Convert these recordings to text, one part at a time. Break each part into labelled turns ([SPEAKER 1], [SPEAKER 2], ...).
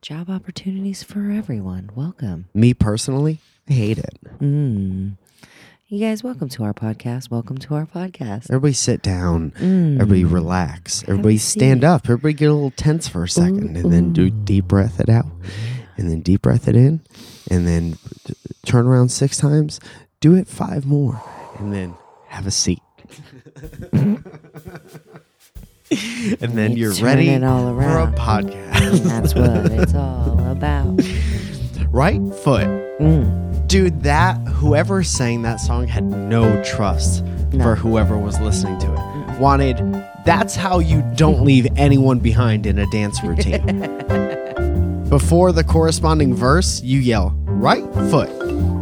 [SPEAKER 1] job opportunities for everyone. Welcome.
[SPEAKER 2] Me personally, I hate it.
[SPEAKER 1] Mm. You guys, welcome to our podcast. Welcome to our podcast.
[SPEAKER 2] Everybody sit down.
[SPEAKER 1] Mm.
[SPEAKER 2] Everybody relax. Everybody
[SPEAKER 1] a
[SPEAKER 2] stand
[SPEAKER 1] seat.
[SPEAKER 2] up. Everybody get a little tense for a second and then do deep breath it out. And then deep breath it in. And then t- turn around six times. Do it five more. And then have a seat. and then you're
[SPEAKER 1] Turn
[SPEAKER 2] ready
[SPEAKER 1] it all
[SPEAKER 2] for a
[SPEAKER 1] around.
[SPEAKER 2] podcast.
[SPEAKER 1] That's what it's all about.
[SPEAKER 2] right foot.
[SPEAKER 1] Mm.
[SPEAKER 2] Dude, that whoever sang that song had no trust
[SPEAKER 1] No. Mm.
[SPEAKER 2] for whoever was listening to it. Wanted that's how you
[SPEAKER 1] Mm-hmm.
[SPEAKER 2] don't leave anyone behind in a dance routine. Before the corresponding verse, you yell right foot.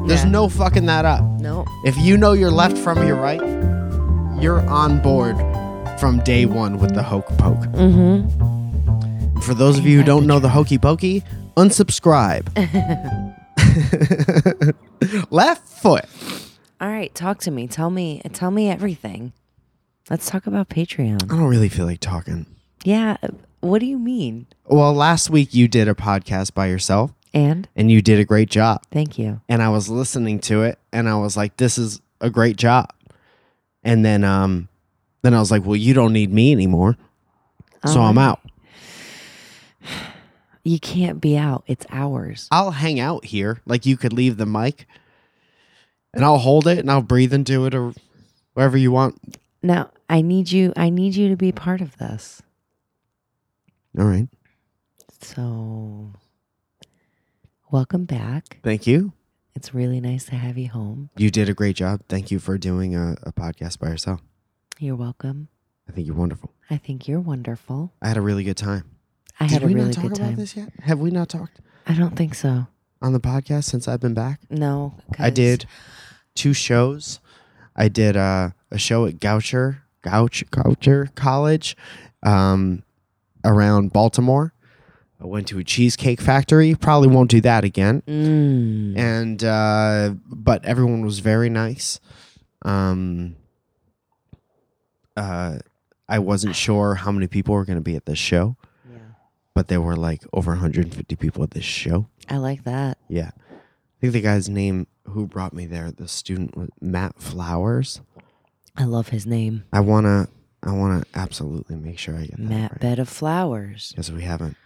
[SPEAKER 2] There's
[SPEAKER 1] Yeah.
[SPEAKER 2] no fucking that up.
[SPEAKER 1] No.
[SPEAKER 2] If you know your left from your right, you're on board from day one with the hoke poke.
[SPEAKER 1] Mm-hmm.
[SPEAKER 2] For those of you who don't know the hokey pokey, unsubscribe. Left foot.
[SPEAKER 1] All right, talk to me. Tell me. Tell me everything. Let's talk about Patreon.
[SPEAKER 2] I don't really feel like talking.
[SPEAKER 1] Yeah. What do you mean?
[SPEAKER 2] Well, last week you did a podcast by yourself
[SPEAKER 1] And
[SPEAKER 2] and you did a great job.
[SPEAKER 1] thank you.
[SPEAKER 2] And I was listening to it and I was like, this is a great job. And then um then I was like, well, you don't need me anymore. So
[SPEAKER 1] Oh.
[SPEAKER 2] I'm out.
[SPEAKER 1] You can't be out. It's ours.
[SPEAKER 2] I'll hang out here. Like you could leave the mic and I'll hold it and I'll breathe into it or wherever you want.
[SPEAKER 1] Now I need you. I need you to be part of this.
[SPEAKER 2] All right.
[SPEAKER 1] So, welcome back.
[SPEAKER 2] Thank you.
[SPEAKER 1] It's really nice to have you home.
[SPEAKER 2] You did a great job. Thank you for doing a, a podcast by yourself.
[SPEAKER 1] You're welcome.
[SPEAKER 2] I think you're wonderful.
[SPEAKER 1] I think you're wonderful.
[SPEAKER 2] I had a really good time.
[SPEAKER 1] I
[SPEAKER 2] did
[SPEAKER 1] had a
[SPEAKER 2] we
[SPEAKER 1] really
[SPEAKER 2] not talk
[SPEAKER 1] good
[SPEAKER 2] about
[SPEAKER 1] time.
[SPEAKER 2] this yet? Have we not talked
[SPEAKER 1] I don't think so.
[SPEAKER 2] on the podcast since I've been back?
[SPEAKER 1] No,
[SPEAKER 2] I
[SPEAKER 1] 'cause-
[SPEAKER 2] did two shows. I did uh, a show at Goucher, Goucher, Goucher College um, around Baltimore. I went to a cheesecake factory. Probably won't do that again.
[SPEAKER 1] Mm.
[SPEAKER 2] and uh, but everyone was very nice. Um, uh, I wasn't sure how many people were going to be at this show,
[SPEAKER 1] Yeah.
[SPEAKER 2] but there were like over 150 people at this show.
[SPEAKER 1] I like that.
[SPEAKER 2] Yeah, I think the guy's name who brought me there, the student was Matt Flowers.
[SPEAKER 1] I love his name,
[SPEAKER 2] I wanna, I wanna absolutely make sure I get that
[SPEAKER 1] Matt
[SPEAKER 2] right
[SPEAKER 1] Bed of Flowers.
[SPEAKER 2] because we haven't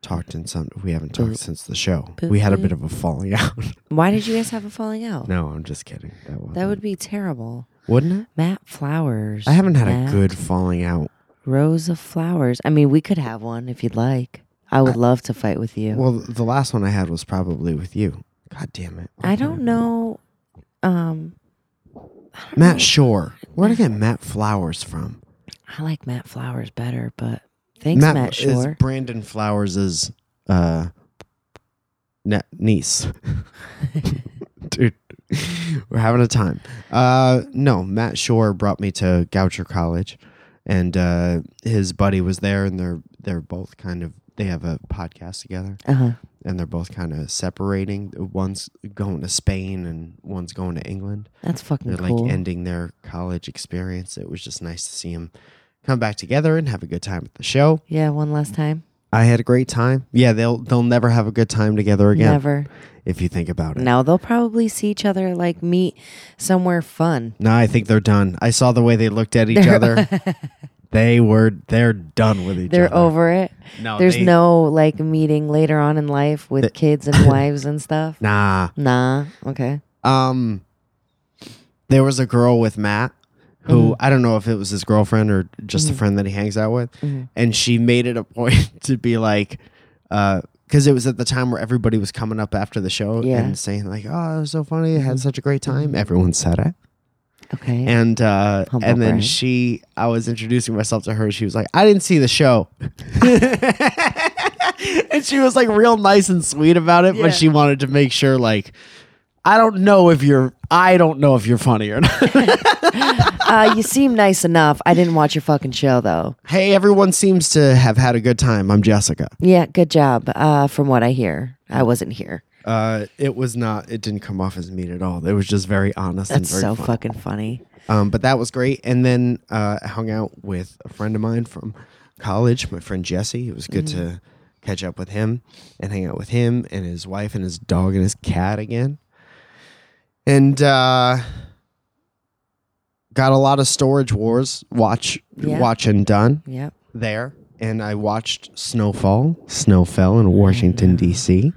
[SPEAKER 2] talked in some, we haven't
[SPEAKER 1] Boop.
[SPEAKER 2] talked since the show.
[SPEAKER 1] Boop,
[SPEAKER 2] We had a
[SPEAKER 1] boop.
[SPEAKER 2] bit of a falling out.
[SPEAKER 1] Why did you guys have a falling out?
[SPEAKER 2] no, I'm just kidding. That, wasn't,
[SPEAKER 1] That would be terrible.
[SPEAKER 2] wouldn't it?
[SPEAKER 1] Matt Flowers.
[SPEAKER 2] I haven't had a
[SPEAKER 1] Matt
[SPEAKER 2] good falling out.
[SPEAKER 1] Rose of Flowers. I mean, we could have one if you'd like. I would love to fight with you.
[SPEAKER 2] Well, the last one I had was probably with you. God damn it.
[SPEAKER 1] I don't know. Um,
[SPEAKER 2] Matt Shore. Where'd I get Matt Flowers from?
[SPEAKER 1] I like Matt Flowers better, but thanks, Matt,
[SPEAKER 2] is
[SPEAKER 1] Shore.
[SPEAKER 2] Brandon Flowers' uh, ne- niece. Dude, we're having a time. Uh, no, Matt Shore brought me to Goucher College, and uh, his buddy was there, and they're they're both kind of they have a podcast together.
[SPEAKER 1] Uh huh.
[SPEAKER 2] and they're both kind of separating. One's going to Spain and one's going to England.
[SPEAKER 1] That's fucking
[SPEAKER 2] They're
[SPEAKER 1] Oh, cool.
[SPEAKER 2] like ending their college experience. It was just nice to see them come back together and have a good time at the show.
[SPEAKER 1] yeah, one last time.
[SPEAKER 2] I had a great time. Yeah, they'll they'll never have a good time together again
[SPEAKER 1] Never.
[SPEAKER 2] if you think about it.
[SPEAKER 1] Now they'll probably see each other like meet somewhere fun.
[SPEAKER 2] No, I think they're done. I saw the way they looked at each other. they were they're done with each
[SPEAKER 1] They're
[SPEAKER 2] other.
[SPEAKER 1] over it.
[SPEAKER 2] No,
[SPEAKER 1] There's
[SPEAKER 2] Oh, they-
[SPEAKER 1] no like meeting later on in life with kids and wives and stuff.
[SPEAKER 2] Nah.
[SPEAKER 1] Nah. Okay.
[SPEAKER 2] Um, there was a girl with Matt
[SPEAKER 1] Mm-hmm.
[SPEAKER 2] who I don't know if it was his girlfriend or just a friend that he hangs out with,
[SPEAKER 1] Mm-hmm.
[SPEAKER 2] and she made it a point to be like, because it was at the time where everybody was coming up after the show
[SPEAKER 1] Yeah. Mm-hmm.
[SPEAKER 2] and saying like, "Oh, it was so funny! I had such a great time." Everyone said it,
[SPEAKER 1] Okay.
[SPEAKER 2] and uh,
[SPEAKER 1] Humble
[SPEAKER 2] and then
[SPEAKER 1] brag.
[SPEAKER 2] she, I was introducing myself to her. She was like, "I didn't see the show." And she was like real nice and sweet about it,
[SPEAKER 1] Yeah.
[SPEAKER 2] but she wanted to make sure like I don't know if you're I don't know if you're funny or not.
[SPEAKER 1] uh, you seem nice enough. I didn't watch your fucking show though.
[SPEAKER 2] hey, everyone seems to have had a good time. I'm Jessica.
[SPEAKER 1] Yeah. Good job. Uh, from what I hear, I wasn't here.
[SPEAKER 2] Uh, it was not. It didn't come off as mean at all. It was just very honest
[SPEAKER 1] That's
[SPEAKER 2] and very
[SPEAKER 1] so
[SPEAKER 2] fun.
[SPEAKER 1] fucking funny.
[SPEAKER 2] Um, but that was great. And then uh, I hung out with a friend of mine from college, my friend Jesse. It was good to
[SPEAKER 1] Mm-hmm.
[SPEAKER 2] catch up with him and hang out with him and his wife and his dog and his cat again. And uh, got a lot of Storage Wars watch
[SPEAKER 1] Yeah.
[SPEAKER 2] watching done
[SPEAKER 1] Yep.
[SPEAKER 2] there. And I watched Snowfall, Snowfell in Washington D.C.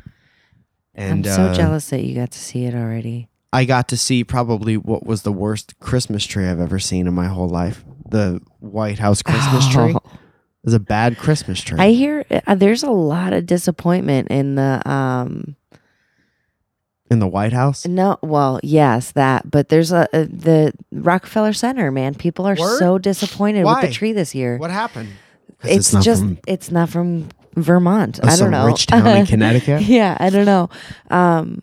[SPEAKER 2] And
[SPEAKER 1] I'm Mm. so
[SPEAKER 2] uh,
[SPEAKER 1] jealous that you got to see it already.
[SPEAKER 2] I got to see probably what was the worst Christmas tree I've ever seen in my whole life. The White House Christmas tree
[SPEAKER 1] Oh.
[SPEAKER 2] is a bad Christmas tree.
[SPEAKER 1] I hear uh, there's a lot of disappointment in the um
[SPEAKER 2] in the White House.
[SPEAKER 1] no well yes that but there's a, uh the Rockefeller Center man people are
[SPEAKER 2] Word?
[SPEAKER 1] so disappointed with
[SPEAKER 2] Why?
[SPEAKER 1] the tree this year.
[SPEAKER 2] What happened? 'Cause
[SPEAKER 1] It's,
[SPEAKER 2] not
[SPEAKER 1] just
[SPEAKER 2] from-
[SPEAKER 1] it's not from Vermont.
[SPEAKER 2] Oh,
[SPEAKER 1] I
[SPEAKER 2] some
[SPEAKER 1] don't know.
[SPEAKER 2] rich town in Connecticut?
[SPEAKER 1] yeah, I don't know. Um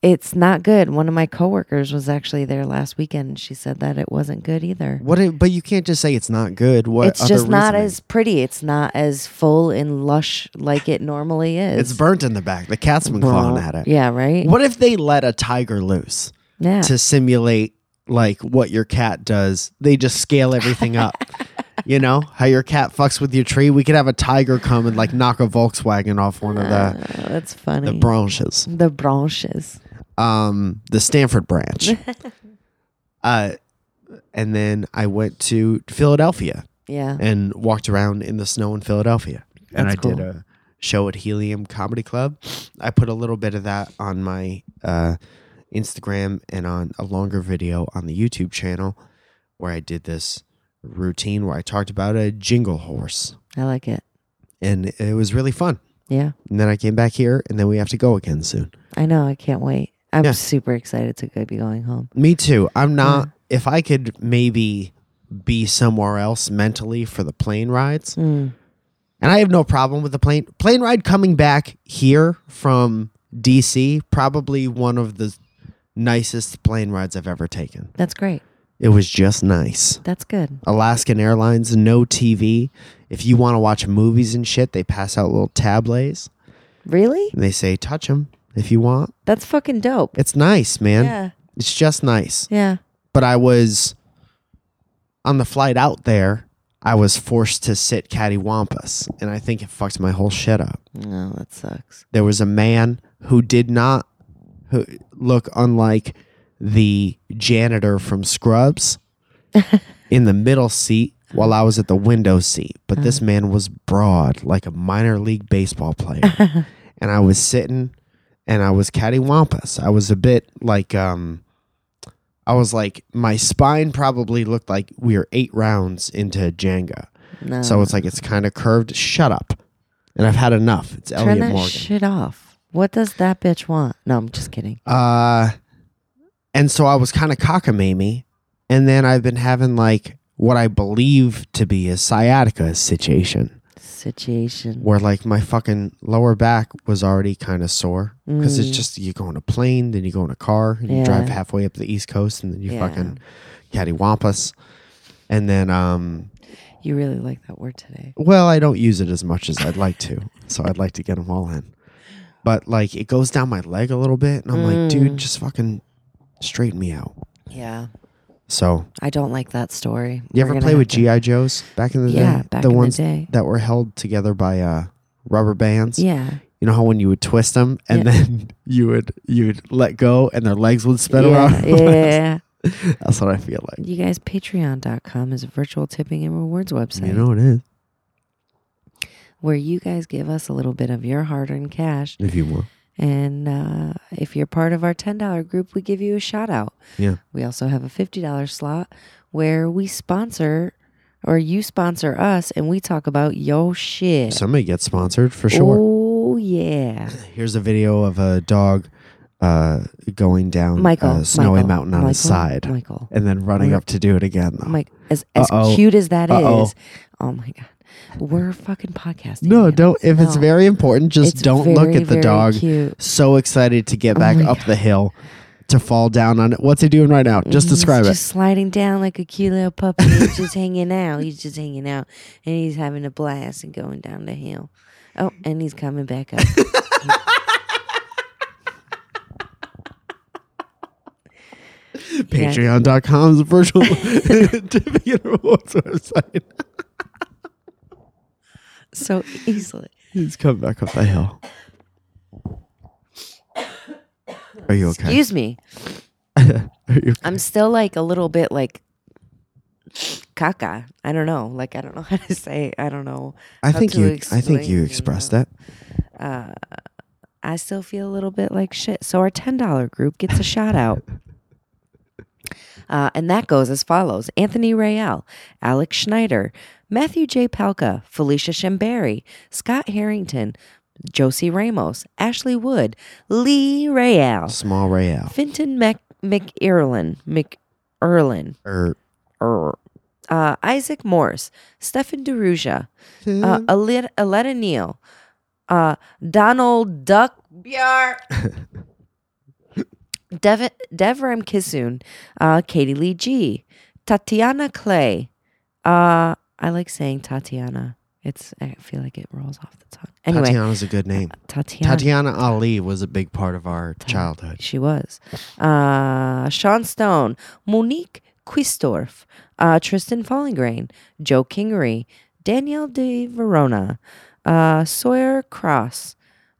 [SPEAKER 1] it's not good. One of my coworkers was actually there last weekend. and She said that it wasn't good either.
[SPEAKER 2] what? It, but you can't just say it's not good. What?
[SPEAKER 1] it's just
[SPEAKER 2] other
[SPEAKER 1] not
[SPEAKER 2] reasoning?
[SPEAKER 1] as pretty. It's not as full and lush like it normally is.
[SPEAKER 2] It's burnt in the back. The cat's been clawing at it.
[SPEAKER 1] Yeah, right?
[SPEAKER 2] What if they let a tiger loose
[SPEAKER 1] yeah.
[SPEAKER 2] to simulate like what your cat does? They just scale everything up. you know how your cat fucks with your tree. We could have a tiger come and like knock a Volkswagen off one of the
[SPEAKER 1] Oh, that's funny.
[SPEAKER 2] the branches.
[SPEAKER 1] The branches.
[SPEAKER 2] um, the Stanford branch. uh, and then I went to Philadelphia
[SPEAKER 1] Yeah.
[SPEAKER 2] and walked around in the snow in Philadelphia. and I
[SPEAKER 1] That's
[SPEAKER 2] did
[SPEAKER 1] cool.
[SPEAKER 2] a show at Helium Comedy Club. I put a little bit of that on my uh, Instagram and on a longer video on the YouTube channel where I did this routine where I talked about a jingle horse.
[SPEAKER 1] I like it.
[SPEAKER 2] And it was really fun.
[SPEAKER 1] Yeah.
[SPEAKER 2] And then I came back here, and then we have to go again soon.
[SPEAKER 1] I know. I can't wait. I'm
[SPEAKER 2] Yeah.
[SPEAKER 1] super excited to go be going home.
[SPEAKER 2] Me too. I'm not. If I could maybe be somewhere else mentally for the plane rides,
[SPEAKER 1] Mm.
[SPEAKER 2] and I have no problem with the plane plane ride coming back here from DC. Probably one of the nicest plane rides I've ever taken.
[SPEAKER 1] That's great.
[SPEAKER 2] It was just nice.
[SPEAKER 1] That's good.
[SPEAKER 2] Alaskan Airlines, no TV. If you want to watch movies and shit, they pass out little tablets
[SPEAKER 1] Really?
[SPEAKER 2] and they say touch them if you want.
[SPEAKER 1] That's fucking dope.
[SPEAKER 2] It's nice, man.
[SPEAKER 1] Yeah.
[SPEAKER 2] It's just nice.
[SPEAKER 1] Yeah.
[SPEAKER 2] but I was on the flight out there. I was forced to sit cattywampus, and I think it fucked my whole shit up.
[SPEAKER 1] No, that sucks.
[SPEAKER 2] There was a man who did not who look unlike the janitor from Scrubs in the middle seat while I was at the window seat. But
[SPEAKER 1] Uh-huh.
[SPEAKER 2] this man was broad, like a minor league baseball player. and I was sitting and I was cattywampus. I was a bit like, um, I was like, my spine probably looked like we were eight rounds into Jenga.
[SPEAKER 1] No.
[SPEAKER 2] So it's like, it's kind of curved. Shut up. And I've had enough. It's
[SPEAKER 1] turn
[SPEAKER 2] Elliot
[SPEAKER 1] that
[SPEAKER 2] Morgan.
[SPEAKER 1] shit off. What does that bitch want? No, I'm just kidding.
[SPEAKER 2] Uh, and so I was kind of cockamamie. And then I've been having like what I believe to be a sciatica situation
[SPEAKER 1] Situation.
[SPEAKER 2] where like my fucking lower back was already kind of sore because it's
[SPEAKER 1] Mm.
[SPEAKER 2] just you go on a plane, then you go in a car, and you
[SPEAKER 1] Yeah.
[SPEAKER 2] drive halfway up the East Coast, and then you
[SPEAKER 1] Yeah.
[SPEAKER 2] fucking cattywampus. And then, um,
[SPEAKER 1] You really like that word today.
[SPEAKER 2] well, I don't use it as much as I'd like to, so I'd like to get them all in. But like it goes down my leg a little bit, and I'm like,
[SPEAKER 1] Mm.
[SPEAKER 2] dude, just fucking straighten me out.
[SPEAKER 1] Yeah.
[SPEAKER 2] So
[SPEAKER 1] I don't like that story.
[SPEAKER 2] you
[SPEAKER 1] We're
[SPEAKER 2] ever
[SPEAKER 1] gonna
[SPEAKER 2] play
[SPEAKER 1] have
[SPEAKER 2] with
[SPEAKER 1] to-
[SPEAKER 2] GI Joes back in the day?
[SPEAKER 1] Yeah, back
[SPEAKER 2] the
[SPEAKER 1] in the
[SPEAKER 2] ones
[SPEAKER 1] day.
[SPEAKER 2] that were held together by uh, rubber bands.
[SPEAKER 1] Yeah.
[SPEAKER 2] You know how when you would twist them and
[SPEAKER 1] Yeah.
[SPEAKER 2] then you would you would let go and their legs would spin
[SPEAKER 1] yeah,
[SPEAKER 2] around.
[SPEAKER 1] yeah, yeah, yeah.
[SPEAKER 2] That's what I feel like.
[SPEAKER 1] You guys, patreon.com is a virtual tipping and rewards website
[SPEAKER 2] You know it is
[SPEAKER 1] where you guys give us a little bit of your hard earned cash.
[SPEAKER 2] if you want.
[SPEAKER 1] And uh, if you're part of our $10 group, we give you a shout out.
[SPEAKER 2] Yeah.
[SPEAKER 1] We also have a $50 slot where we sponsor or you sponsor us and we talk about your shit.
[SPEAKER 2] Somebody gets sponsored for sure.
[SPEAKER 1] Oh, yeah.
[SPEAKER 2] Here's a video of a dog uh, going down
[SPEAKER 1] Michael.
[SPEAKER 2] a uh, snowy
[SPEAKER 1] Michael,
[SPEAKER 2] mountain on his
[SPEAKER 1] Michael,
[SPEAKER 2] side
[SPEAKER 1] Michael.
[SPEAKER 2] and then running up to do it again. Though.
[SPEAKER 1] Mike, as, as
[SPEAKER 2] Uh-oh.
[SPEAKER 1] cute as that is,
[SPEAKER 2] Uh-oh.
[SPEAKER 1] oh my God. We're fucking podcasting.
[SPEAKER 2] no,
[SPEAKER 1] man.
[SPEAKER 2] don't. If it's
[SPEAKER 1] No.
[SPEAKER 2] very important, just
[SPEAKER 1] It's
[SPEAKER 2] don't look
[SPEAKER 1] very,
[SPEAKER 2] at the
[SPEAKER 1] very
[SPEAKER 2] dog.
[SPEAKER 1] Cute.
[SPEAKER 2] so excited to get back
[SPEAKER 1] Oh my
[SPEAKER 2] up the hill to fall down on it. What's he doing right now? Just
[SPEAKER 1] He's
[SPEAKER 2] describe
[SPEAKER 1] Just sliding down like a cute little puppy. He's just hanging out. He's just hanging out, and he's having a blast and going down the hill. Oh, and he's coming back up.
[SPEAKER 2] it. Patreon.com's virtual tipping and rewards website.
[SPEAKER 1] so easily.
[SPEAKER 2] He's coming back up the hill. Are you okay?
[SPEAKER 1] Excuse me.
[SPEAKER 2] Are you
[SPEAKER 1] I'm still like a little bit like caca. I don't know. Like I don't know how to say. It. I don't know.
[SPEAKER 2] I
[SPEAKER 1] how
[SPEAKER 2] think
[SPEAKER 1] to
[SPEAKER 2] you. I think
[SPEAKER 1] explain,
[SPEAKER 2] you
[SPEAKER 1] you
[SPEAKER 2] expressed
[SPEAKER 1] know.
[SPEAKER 2] that.
[SPEAKER 1] Uh, I still feel a little bit like shit. So our ten dollar group gets a shout out. Uh, and that goes as follows Anthony Rayel, Alex Schneider, Matthew J. Palka, Felicia Shambari, Scott Harrington, Josie Ramos, Ashley Wood, Lee Rayel,
[SPEAKER 2] Small Rael.
[SPEAKER 1] Finton Mac- McIrlin, McIrlin,
[SPEAKER 2] Or
[SPEAKER 1] er, uh, Isaac Morse, Stefan DeRuja, uh, Aled- Aletta Neal, uh, Donald Duck Bjar, Dev- Devram Kisoon, uh, Katie Lee G, Tatiana Clay. Uh, I like saying Tatiana. It's I feel like it rolls off the tongue. Anyway, Uh,
[SPEAKER 2] Tatiana's a good name.
[SPEAKER 1] Tatiana.
[SPEAKER 2] Tatiana Ali was a big part of our childhood.
[SPEAKER 1] She was. Uh, Sean Stone, Monique Quistorf, uh, Tristan Fallingrain, Joe Kingery, Danielle de Verona, uh, Sawyer Cross,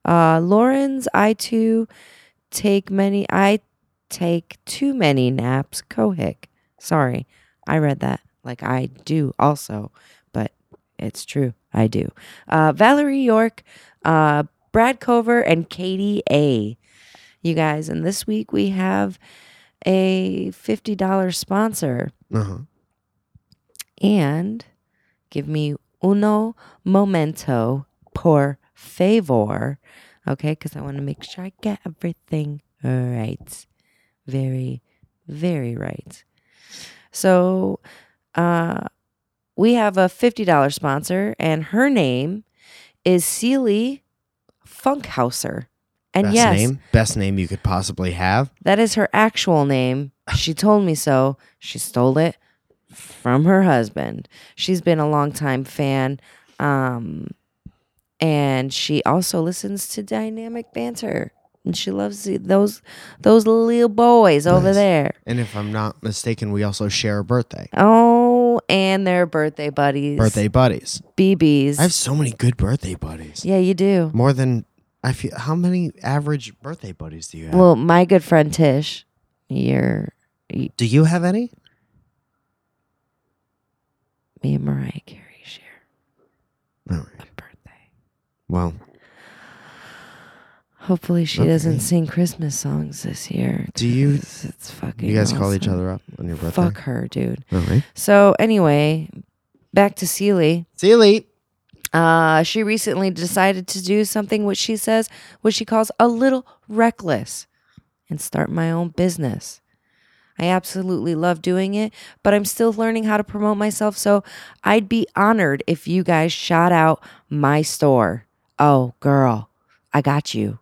[SPEAKER 1] uh, Lawrence, I too take many, I take too many naps, Kohick. Sorry, I read that. Like I do also, but it's true. I do. Uh, Valerie York, uh, Brad Cover, and Katie A you guys. And this week we have a $50 sponsor.
[SPEAKER 2] Uh-huh.
[SPEAKER 1] And give me uno momento, por favor. Okay, because I want to make sure I get everything right. Very, very right. So uh, we have a $50 sponsor, and her name is Seely Funkhauser. And
[SPEAKER 2] Best
[SPEAKER 1] yes,
[SPEAKER 2] name. Best name you could possibly have.
[SPEAKER 1] that is her actual name. She told me so. She stole it from her husband. She's been a longtime fan. Um, and she also listens to dynamic banter. And she loves the- those those little boys over
[SPEAKER 2] Nice.
[SPEAKER 1] there.
[SPEAKER 2] And if I'm not mistaken, we also share a birthday.
[SPEAKER 1] Oh, and their birthday buddies.
[SPEAKER 2] Birthday buddies.
[SPEAKER 1] BBs.
[SPEAKER 2] I have so many good birthday buddies.
[SPEAKER 1] yeah, you do.
[SPEAKER 2] More than I feel. How many average birthday buddies do you have?
[SPEAKER 1] Well, my good friend Tish, you're
[SPEAKER 2] do you have any?
[SPEAKER 1] me and Mariah Carey share
[SPEAKER 2] All right.
[SPEAKER 1] a birthday.
[SPEAKER 2] Well,
[SPEAKER 1] Hopefully she doesn't
[SPEAKER 2] Okay.
[SPEAKER 1] sing Christmas songs this year.
[SPEAKER 2] Do you-
[SPEAKER 1] 'cause It's fucking.
[SPEAKER 2] you guys call each
[SPEAKER 1] awesome.
[SPEAKER 2] other up on your birthday.
[SPEAKER 1] Fuck her, dude.
[SPEAKER 2] All right.
[SPEAKER 1] So anyway, back to Seely.
[SPEAKER 2] See you, Lee.
[SPEAKER 1] Uh, she recently decided to do something which she says, what she calls a little reckless, and start my own business. I absolutely love doing it, but I'm still learning how to promote myself. So I'd be honored if you guys shout out my store. Oh, girl, I got you.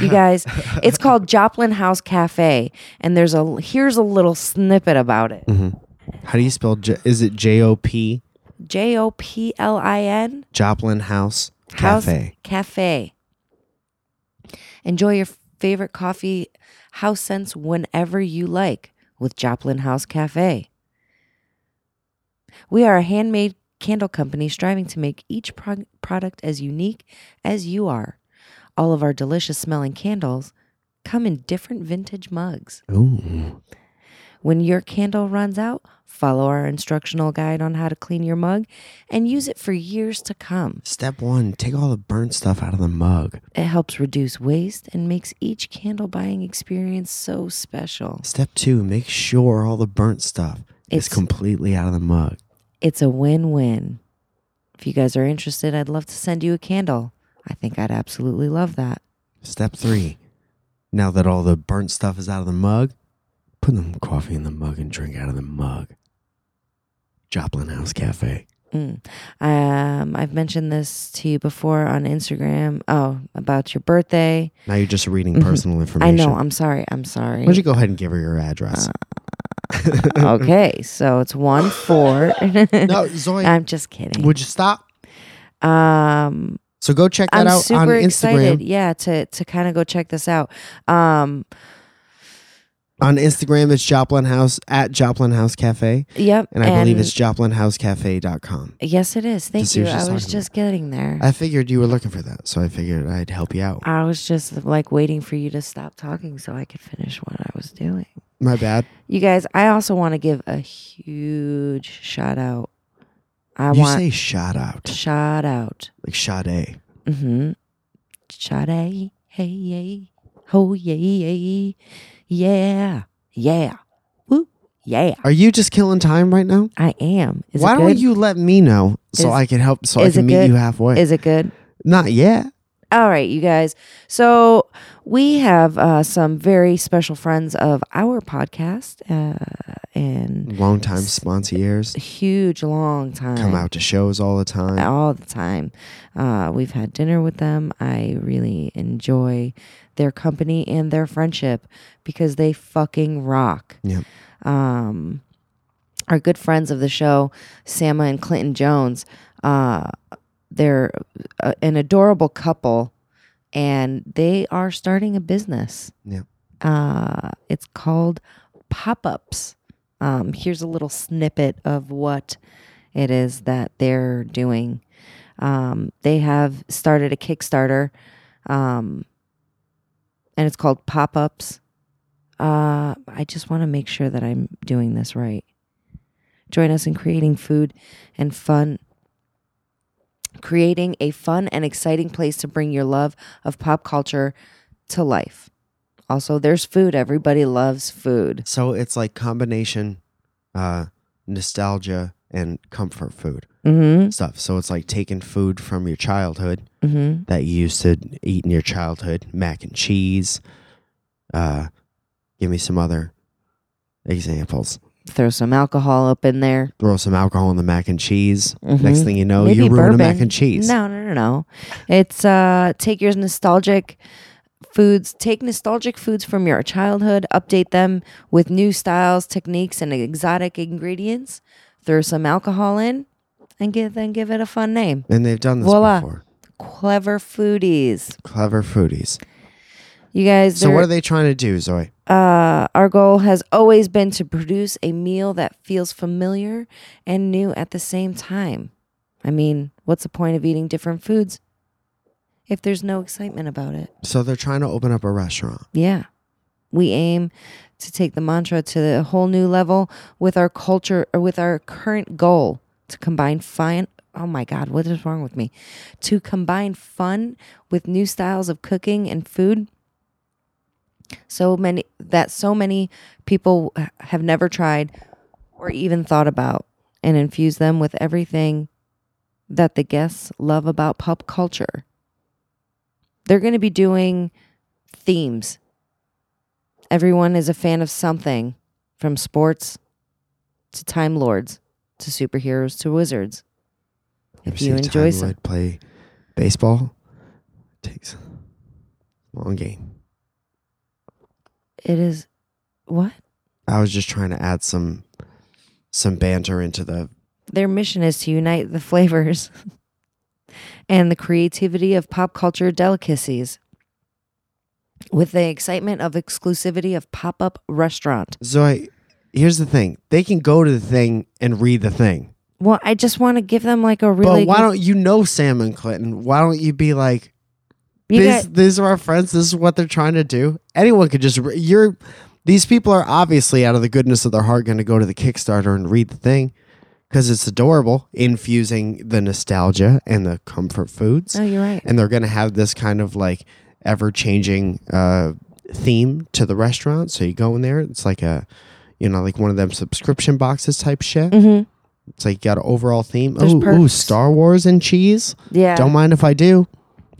[SPEAKER 1] You guys, it's called Joplin House Cafe, and there's a here's a little snippet about it.
[SPEAKER 2] Mm-hmm. How do you spell? J- is it J O P?
[SPEAKER 1] J O P L I N
[SPEAKER 2] Joplin House
[SPEAKER 1] House
[SPEAKER 2] Cafe.
[SPEAKER 1] Cafe. Enjoy your favorite coffee house scents whenever you like with Joplin House Cafe. We are a handmade candle company striving to make each prog- product as unique as you are. All of our delicious smelling candles come in different vintage mugs.
[SPEAKER 2] Ooh.
[SPEAKER 1] When your candle runs out, follow our instructional guide on how to clean your mug and use it for years to come.
[SPEAKER 2] Step one: take all the burnt stuff out of the mug.
[SPEAKER 1] It helps reduce waste and makes each candle buying experience so special.
[SPEAKER 2] Step two: make sure all the burnt stuff
[SPEAKER 1] It's-
[SPEAKER 2] is completely out of the mug.
[SPEAKER 1] It's a win win. If you guys are interested, I'd love to send you a candle. I think I'd absolutely love that.
[SPEAKER 2] Step three: now that all the burnt stuff is out of the mug, put the coffee in the mug and drink out of the mug. Joplin House Cafe.
[SPEAKER 1] Mm. Um, I've mentioned this to you before on Instagram. Oh, about your birthday.
[SPEAKER 2] Now you're just reading
[SPEAKER 1] Mhm.
[SPEAKER 2] personal
[SPEAKER 1] I
[SPEAKER 2] information.
[SPEAKER 1] know. Uh, I'm sorry. I'm sorry.
[SPEAKER 2] Why don't you go ahead and give her your address?
[SPEAKER 1] okay, so it's one four.
[SPEAKER 2] no, Zoe,
[SPEAKER 1] I'm just kidding.
[SPEAKER 2] would you stop?
[SPEAKER 1] um,
[SPEAKER 2] So go check that
[SPEAKER 1] I'm
[SPEAKER 2] out
[SPEAKER 1] super
[SPEAKER 2] on Instagram.
[SPEAKER 1] excited. Yeah, to to kind of go check this out. Um,
[SPEAKER 2] On Instagram, it's Joplin House at Joplin House Cafe.
[SPEAKER 1] Yep.
[SPEAKER 2] And I believe it's joplinhousecafe.com.
[SPEAKER 1] Yes, it is. Thank
[SPEAKER 2] see
[SPEAKER 1] you.
[SPEAKER 2] what she's
[SPEAKER 1] I was
[SPEAKER 2] talking
[SPEAKER 1] just getting there.
[SPEAKER 2] I figured you were looking for that, so I figured I'd help you out.
[SPEAKER 1] I was just like waiting for you to stop talking so I could finish what I was doing.
[SPEAKER 2] My bad.
[SPEAKER 1] You guys, I also want to give a huge shout out. I
[SPEAKER 2] you
[SPEAKER 1] want
[SPEAKER 2] say shout out,
[SPEAKER 1] shout out.
[SPEAKER 2] like Sade.
[SPEAKER 1] Mm-hmm. Shout out. Hey, hey. Ho, yeah. Yeah. Yeah. Woo. Yeah.
[SPEAKER 2] Are you just killing time right now?
[SPEAKER 1] I am. Is
[SPEAKER 2] Why
[SPEAKER 1] it
[SPEAKER 2] don't
[SPEAKER 1] good?
[SPEAKER 2] you let me know so
[SPEAKER 1] Is-
[SPEAKER 2] I can help, so I
[SPEAKER 1] is it
[SPEAKER 2] can meet
[SPEAKER 1] good?
[SPEAKER 2] you halfway?
[SPEAKER 1] Is it good?
[SPEAKER 2] Not yet.
[SPEAKER 1] All right, you guys. So we have uh, some very special friends of our podcast uh, and
[SPEAKER 2] Long time sponsors
[SPEAKER 1] huge, long time.
[SPEAKER 2] come out to shows all the time.
[SPEAKER 1] all the time. Uh, we've had dinner with them. I really enjoy their company and their friendship because they fucking rock.
[SPEAKER 2] Yep.
[SPEAKER 1] Um, our good friends of the show, Sama and Clinton Jones, uh, they're uh, an adorable couple and they are starting a business.
[SPEAKER 2] Yep.
[SPEAKER 1] Uh, it's called Pop Ups. Um, here's a little snippet of what it is that they're doing. Um, they have started a Kickstarter, um, and it's called Pop Ups. Uh, I just want to make sure that I'm doing this right. Join us in creating food and fun, creating a fun and exciting place to bring your love of pop culture to life. Also, there's food. Everybody loves food.
[SPEAKER 2] So it's like combination uh, nostalgia and comfort food
[SPEAKER 1] Mm
[SPEAKER 2] stuff. So it's like taking food from your childhood
[SPEAKER 1] hmm. Mm
[SPEAKER 2] that you used to eat in your childhood, mac and cheese. Uh, give me some other examples.
[SPEAKER 1] hmm. Throw some alcohol up in there.
[SPEAKER 2] Throw some alcohol in the mac and cheese. Next
[SPEAKER 1] Mhm.
[SPEAKER 2] thing you know,
[SPEAKER 1] Maybe
[SPEAKER 2] you ruin a mac
[SPEAKER 1] bourbon.
[SPEAKER 2] and cheese.
[SPEAKER 1] No, no, no, no. It's uh take your nostalgic foods, take nostalgic foods from your childhood, update them with new styles, techniques, and exotic ingredients. Throw some alcohol in and give then give it a fun name.
[SPEAKER 2] And they've done this
[SPEAKER 1] Voila.
[SPEAKER 2] before.
[SPEAKER 1] Clever foodies.
[SPEAKER 2] Clever foodies.
[SPEAKER 1] You guys
[SPEAKER 2] So
[SPEAKER 1] they're-
[SPEAKER 2] what are they trying to do, Zoe?
[SPEAKER 1] uh, our goal has always been to produce a meal that feels familiar and new at the same time. I mean, what's the point of eating different foods if there's no excitement about it?
[SPEAKER 2] So they're trying to open up a restaurant.
[SPEAKER 1] Yeah. We aim to take the mantra to a whole new level with our culture or with our current goal to combine fun. Oh my God, what is wrong with me? To combine fun with new styles of cooking and food. So many that so many people have never tried or even thought about and infuse them with everything that the guests love about pop culture. They're going to be doing themes. Everyone is a fan of something from sports to Time Lords to superheroes to wizards. If you enjoy some-
[SPEAKER 2] Would play baseball. Takes a long game.
[SPEAKER 1] It is what?
[SPEAKER 2] I was just trying to add some some banter into the
[SPEAKER 1] Their mission is to unite the flavors and the creativity of pop culture delicacies with the excitement of exclusivity of pop up restaurant.
[SPEAKER 2] Zoe. Here's the thing: they can go to the thing and read the thing,
[SPEAKER 1] Well, I just want to give them like a really
[SPEAKER 2] but why
[SPEAKER 1] good-
[SPEAKER 2] don't you know Sam and Clinton? Why don't you be like,
[SPEAKER 1] You
[SPEAKER 2] "This-
[SPEAKER 1] got-
[SPEAKER 2] these are our friends. This is what they're trying to do. Anyone could just re- you're. These people are obviously out of the goodness of their heart going to go to the Kickstarter and read the thing because it's adorable, infusing the nostalgia and the comfort foods.
[SPEAKER 1] No, oh, you're right.
[SPEAKER 2] and they're going to have this kind of like ever changing uh, theme to the restaurant. So you go in there, it's like a, you know, like one of them subscription boxes type shit.
[SPEAKER 1] Mhm.
[SPEAKER 2] It's like you got an overall theme.
[SPEAKER 1] There's
[SPEAKER 2] Ooh, ooh,
[SPEAKER 1] perks.
[SPEAKER 2] Star Wars and cheese.
[SPEAKER 1] Yeah.
[SPEAKER 2] Don't mind if I do.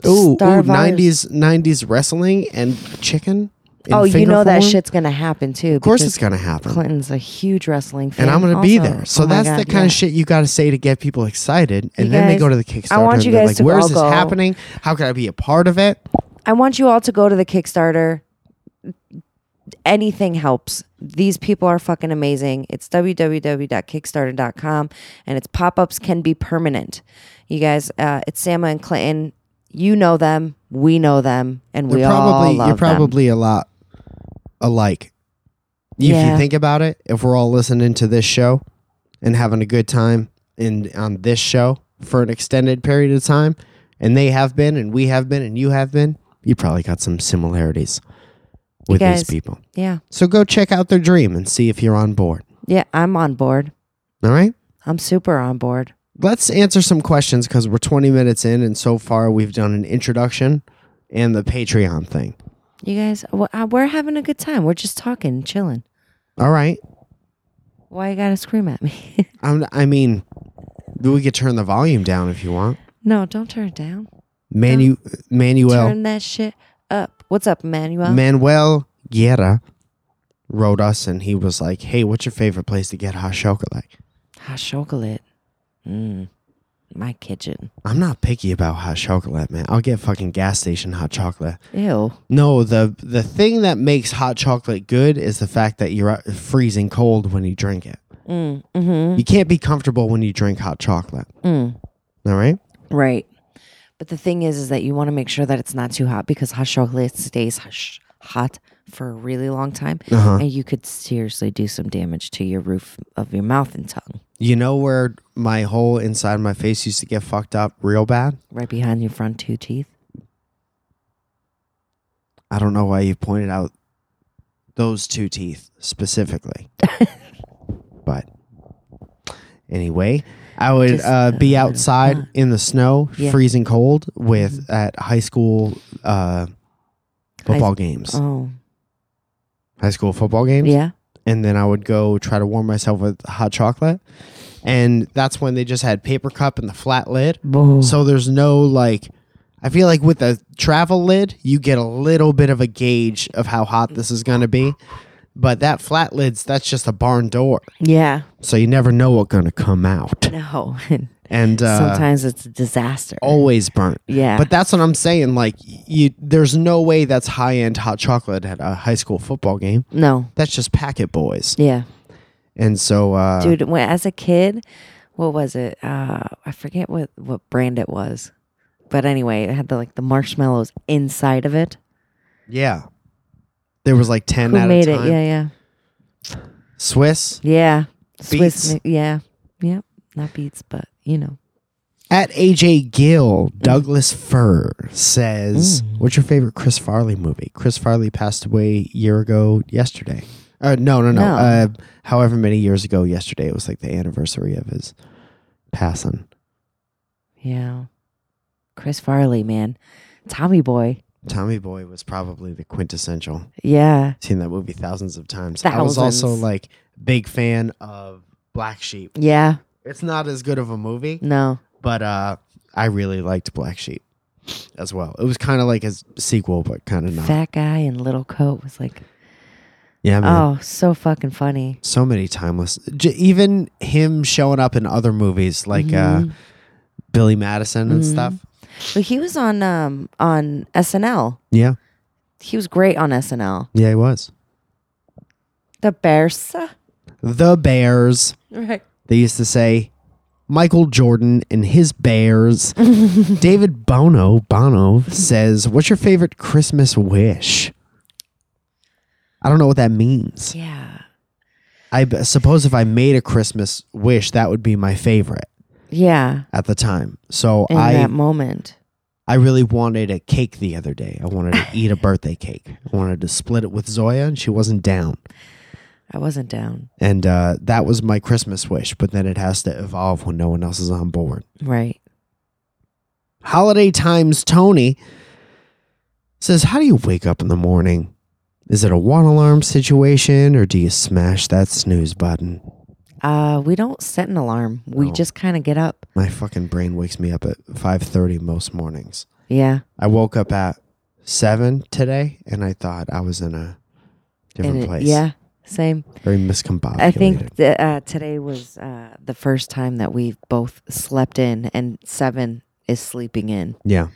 [SPEAKER 2] Ooh, ooh,
[SPEAKER 1] Star Wars.
[SPEAKER 2] 90s 90s wrestling and chicken. in
[SPEAKER 1] oh, you
[SPEAKER 2] finger
[SPEAKER 1] know that
[SPEAKER 2] form.
[SPEAKER 1] shit's gonna happen too.
[SPEAKER 2] Of course, it's going to happen.
[SPEAKER 1] Clinton's a huge wrestling fan,
[SPEAKER 2] and I'm going to be
[SPEAKER 1] also.
[SPEAKER 2] there. So
[SPEAKER 1] Oh my
[SPEAKER 2] that's
[SPEAKER 1] God,
[SPEAKER 2] the kind
[SPEAKER 1] yeah.
[SPEAKER 2] of shit you got to say to get people excited. And
[SPEAKER 1] You
[SPEAKER 2] then they
[SPEAKER 1] guys-
[SPEAKER 2] go to the Kickstarter.
[SPEAKER 1] want
[SPEAKER 2] and
[SPEAKER 1] you
[SPEAKER 2] they're
[SPEAKER 1] guys
[SPEAKER 2] like,
[SPEAKER 1] to
[SPEAKER 2] where's
[SPEAKER 1] all
[SPEAKER 2] this
[SPEAKER 1] go."
[SPEAKER 2] happening? How can I be a part of it?
[SPEAKER 1] I want you all to go to the Kickstarter. Anything helps. These people are fucking amazing. It's www.kickstarter.com and its pop ups can be permanent. You guys, uh, it's Sama and Clinton. You know them. We know them. And we
[SPEAKER 2] They're
[SPEAKER 1] all
[SPEAKER 2] probably
[SPEAKER 1] love
[SPEAKER 2] you're
[SPEAKER 1] them.
[SPEAKER 2] probably a lot alike If
[SPEAKER 1] Yeah.
[SPEAKER 2] you think about it, if we're all listening to this show and having a good time in on this show for an extended period of time, and they have been, and we have been, and you have been, you probably got some similarities with
[SPEAKER 1] guys-
[SPEAKER 2] these people.
[SPEAKER 1] Yeah.
[SPEAKER 2] So go check out their dream and see if you're on board.
[SPEAKER 1] Yeah. I'm on board.
[SPEAKER 2] All right.
[SPEAKER 1] I'm super on board.
[SPEAKER 2] Let's answer some questions because we're 20 minutes in, and so far we've done an introduction and the Patreon thing.
[SPEAKER 1] You guys, w- uh, we're having a good time. We're just talking, chilling.
[SPEAKER 2] All right.
[SPEAKER 1] Why you gotta scream at me?
[SPEAKER 2] I'm, I mean, we could turn the volume down if you want.
[SPEAKER 1] no, don't turn it down.
[SPEAKER 2] Manu- Manuel
[SPEAKER 1] turn that shit up. What's up, Manuel?
[SPEAKER 2] Manuel Guerra wrote us, and he was like, "Hey, what's your favorite place to get hot chocolate?"
[SPEAKER 1] Hot chocolate. Mm, my kitchen.
[SPEAKER 2] I'm not picky about hot chocolate, man. I'll get fucking gas station hot chocolate.
[SPEAKER 1] Ew.
[SPEAKER 2] No, the the thing that makes hot chocolate good is the fact that you're uh, freezing cold when you drink it.
[SPEAKER 1] Mm, mm-hmm.
[SPEAKER 2] You can't be comfortable when you drink hot chocolate.
[SPEAKER 1] Mm.
[SPEAKER 2] All right.
[SPEAKER 1] Right. But the thing is, is that you want to make sure that it's not too hot because hot chocolate stays hush, hot for a really long time,
[SPEAKER 2] Uh-huh.
[SPEAKER 1] and you could seriously do some damage to your roof of your mouth and tongue,
[SPEAKER 2] You know where my whole inside of my face used to get fucked up real bad?
[SPEAKER 1] right behind your front two teeth.
[SPEAKER 2] I don't know why you pointed out those two teeth specifically. but anyway, I would
[SPEAKER 1] Just
[SPEAKER 2] uh,
[SPEAKER 1] a
[SPEAKER 2] be
[SPEAKER 1] little
[SPEAKER 2] outside
[SPEAKER 1] fun.
[SPEAKER 2] in the snow,
[SPEAKER 1] Yeah. Mm-hmm.
[SPEAKER 2] freezing cold, with at high school uh, football games,
[SPEAKER 1] Oh,
[SPEAKER 2] high school football games,
[SPEAKER 1] yeah.
[SPEAKER 2] and then I would go try to warm myself with hot chocolate. And that's when they just had paper cup and the flat lid. So there's no like I feel like with a travel lid, you get a little bit of a gauge of how hot this is going to be. But that flat lid's that's just a barn door.
[SPEAKER 1] yeah.
[SPEAKER 2] So you never know what's going to come out.
[SPEAKER 1] No.
[SPEAKER 2] And uh
[SPEAKER 1] Sometimes it's a disaster.
[SPEAKER 2] always burnt.
[SPEAKER 1] yeah.
[SPEAKER 2] But that's what I'm saying like you there's no way that's high-end hot chocolate at a high school football game.
[SPEAKER 1] no.
[SPEAKER 2] That's just packet boys.
[SPEAKER 1] Yeah.
[SPEAKER 2] And so uh
[SPEAKER 1] dude when, as a kid what was it uh i forget what what brand it was but anyway it had the like the marshmallows inside of it
[SPEAKER 2] yeah. There was like 10
[SPEAKER 1] who
[SPEAKER 2] at
[SPEAKER 1] made
[SPEAKER 2] a
[SPEAKER 1] it
[SPEAKER 2] time.
[SPEAKER 1] yeah yeah
[SPEAKER 2] Swiss
[SPEAKER 1] yeah swiss
[SPEAKER 2] Beats.
[SPEAKER 1] mi- yeah yep not beats but you know
[SPEAKER 2] At AJ Gill, Douglas Fur says, "What's your favorite Chris Farley movie? Chris Farley passed away a year ago yesterday. Uh, no, no, no.
[SPEAKER 1] No.
[SPEAKER 2] Uh, however many years ago yesterday, it was like the anniversary of his passing.
[SPEAKER 1] yeah chris farley man tommy boy
[SPEAKER 2] Tommy Boy was probably the quintessential.
[SPEAKER 1] yeah
[SPEAKER 2] Seen that movie thousands of times. I was also
[SPEAKER 1] Thousands.
[SPEAKER 2] like big fan of Black Sheep.
[SPEAKER 1] yeah
[SPEAKER 2] It's not as good of a movie,
[SPEAKER 1] no
[SPEAKER 2] but uh, I really liked Black Sheep as well. It was kind of like a s- sequel, but kind of not.
[SPEAKER 1] fat guy in little coat was like
[SPEAKER 2] yeah, man.
[SPEAKER 1] oh so fucking funny
[SPEAKER 2] so many timeless j- even him showing up in other movies like uh billy madison and
[SPEAKER 1] Mhm.
[SPEAKER 2] stuff
[SPEAKER 1] but he was on um on snl
[SPEAKER 2] yeah
[SPEAKER 1] he was great on snl
[SPEAKER 2] yeah he was
[SPEAKER 1] the bears
[SPEAKER 2] the bears
[SPEAKER 1] right
[SPEAKER 2] they used to say michael jordan and his bears david bono bono says what's your favorite christmas wish i don't know what that means
[SPEAKER 1] Yeah.
[SPEAKER 2] i b- suppose if i made a christmas wish that would be my favorite
[SPEAKER 1] Yeah.
[SPEAKER 2] at the time so
[SPEAKER 1] In
[SPEAKER 2] i
[SPEAKER 1] that moment.
[SPEAKER 2] I really wanted a cake the other day. I wanted to eat a birthday cake. I wanted to split it with Zoya, and she wasn't down.
[SPEAKER 1] I wasn't down.
[SPEAKER 2] And uh, that was my Christmas wish, but then it has to evolve when no one else is on board.
[SPEAKER 1] Right.
[SPEAKER 2] Holiday Times Tony says, How do you wake up in the morning? Is it a one alarm situation, or do you smash that snooze button?
[SPEAKER 1] Uh we don't set an alarm. We
[SPEAKER 2] No.
[SPEAKER 1] just kinda get up.
[SPEAKER 2] My fucking brain wakes me up at 5.30 most mornings.
[SPEAKER 1] Yeah.
[SPEAKER 2] I woke up at 7 today, and I thought I was in a different
[SPEAKER 1] And it-
[SPEAKER 2] place.
[SPEAKER 1] Yeah. Same.
[SPEAKER 2] Very miscombobulated.
[SPEAKER 1] I think that uh, today was uh, the first time that we've both slept in, and seven is sleeping in.
[SPEAKER 2] Yeah.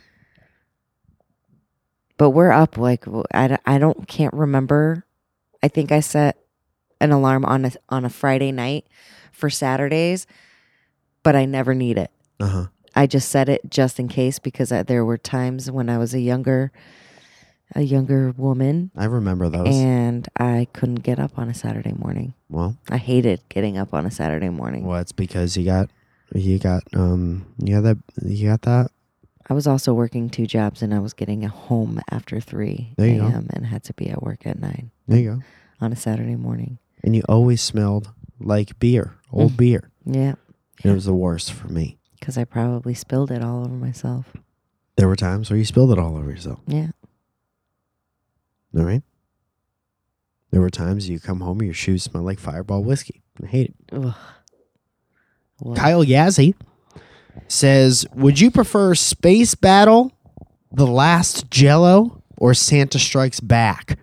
[SPEAKER 1] But we're up. Like w- I, d- I don't can't remember. I think I set an alarm on a on a Friday night for Saturdays, but I never need it.
[SPEAKER 2] Uh huh.
[SPEAKER 1] uh, I just said it just in case because I, there were times when I was a younger a younger woman,
[SPEAKER 2] I remember those.
[SPEAKER 1] and I couldn't get up on a Saturday morning.
[SPEAKER 2] well,
[SPEAKER 1] I hated getting up on a Saturday morning.
[SPEAKER 2] well, it's because you got you got um you got that you got that.
[SPEAKER 1] I was also working two jobs, and I was getting home after three
[SPEAKER 2] There you go.
[SPEAKER 1] a.m. and had to be at work at nine
[SPEAKER 2] There you go.
[SPEAKER 1] on a Saturday morning.
[SPEAKER 2] And you always smelled like beer, old
[SPEAKER 1] Mm.
[SPEAKER 2] beer.
[SPEAKER 1] Yeah,
[SPEAKER 2] It was the worst for me.
[SPEAKER 1] because I probably spilled it all over myself.
[SPEAKER 2] There were times where you spilled it all over yourself.
[SPEAKER 1] Yeah,
[SPEAKER 2] All right. There were times you come home, your shoes smell like Fireball whiskey. I hate it.
[SPEAKER 1] Ugh. Well,
[SPEAKER 2] Mm-hmm. Kyle Yazzie says, "Would you prefer Space Battle, The Last Jello, or Santa Strikes Back?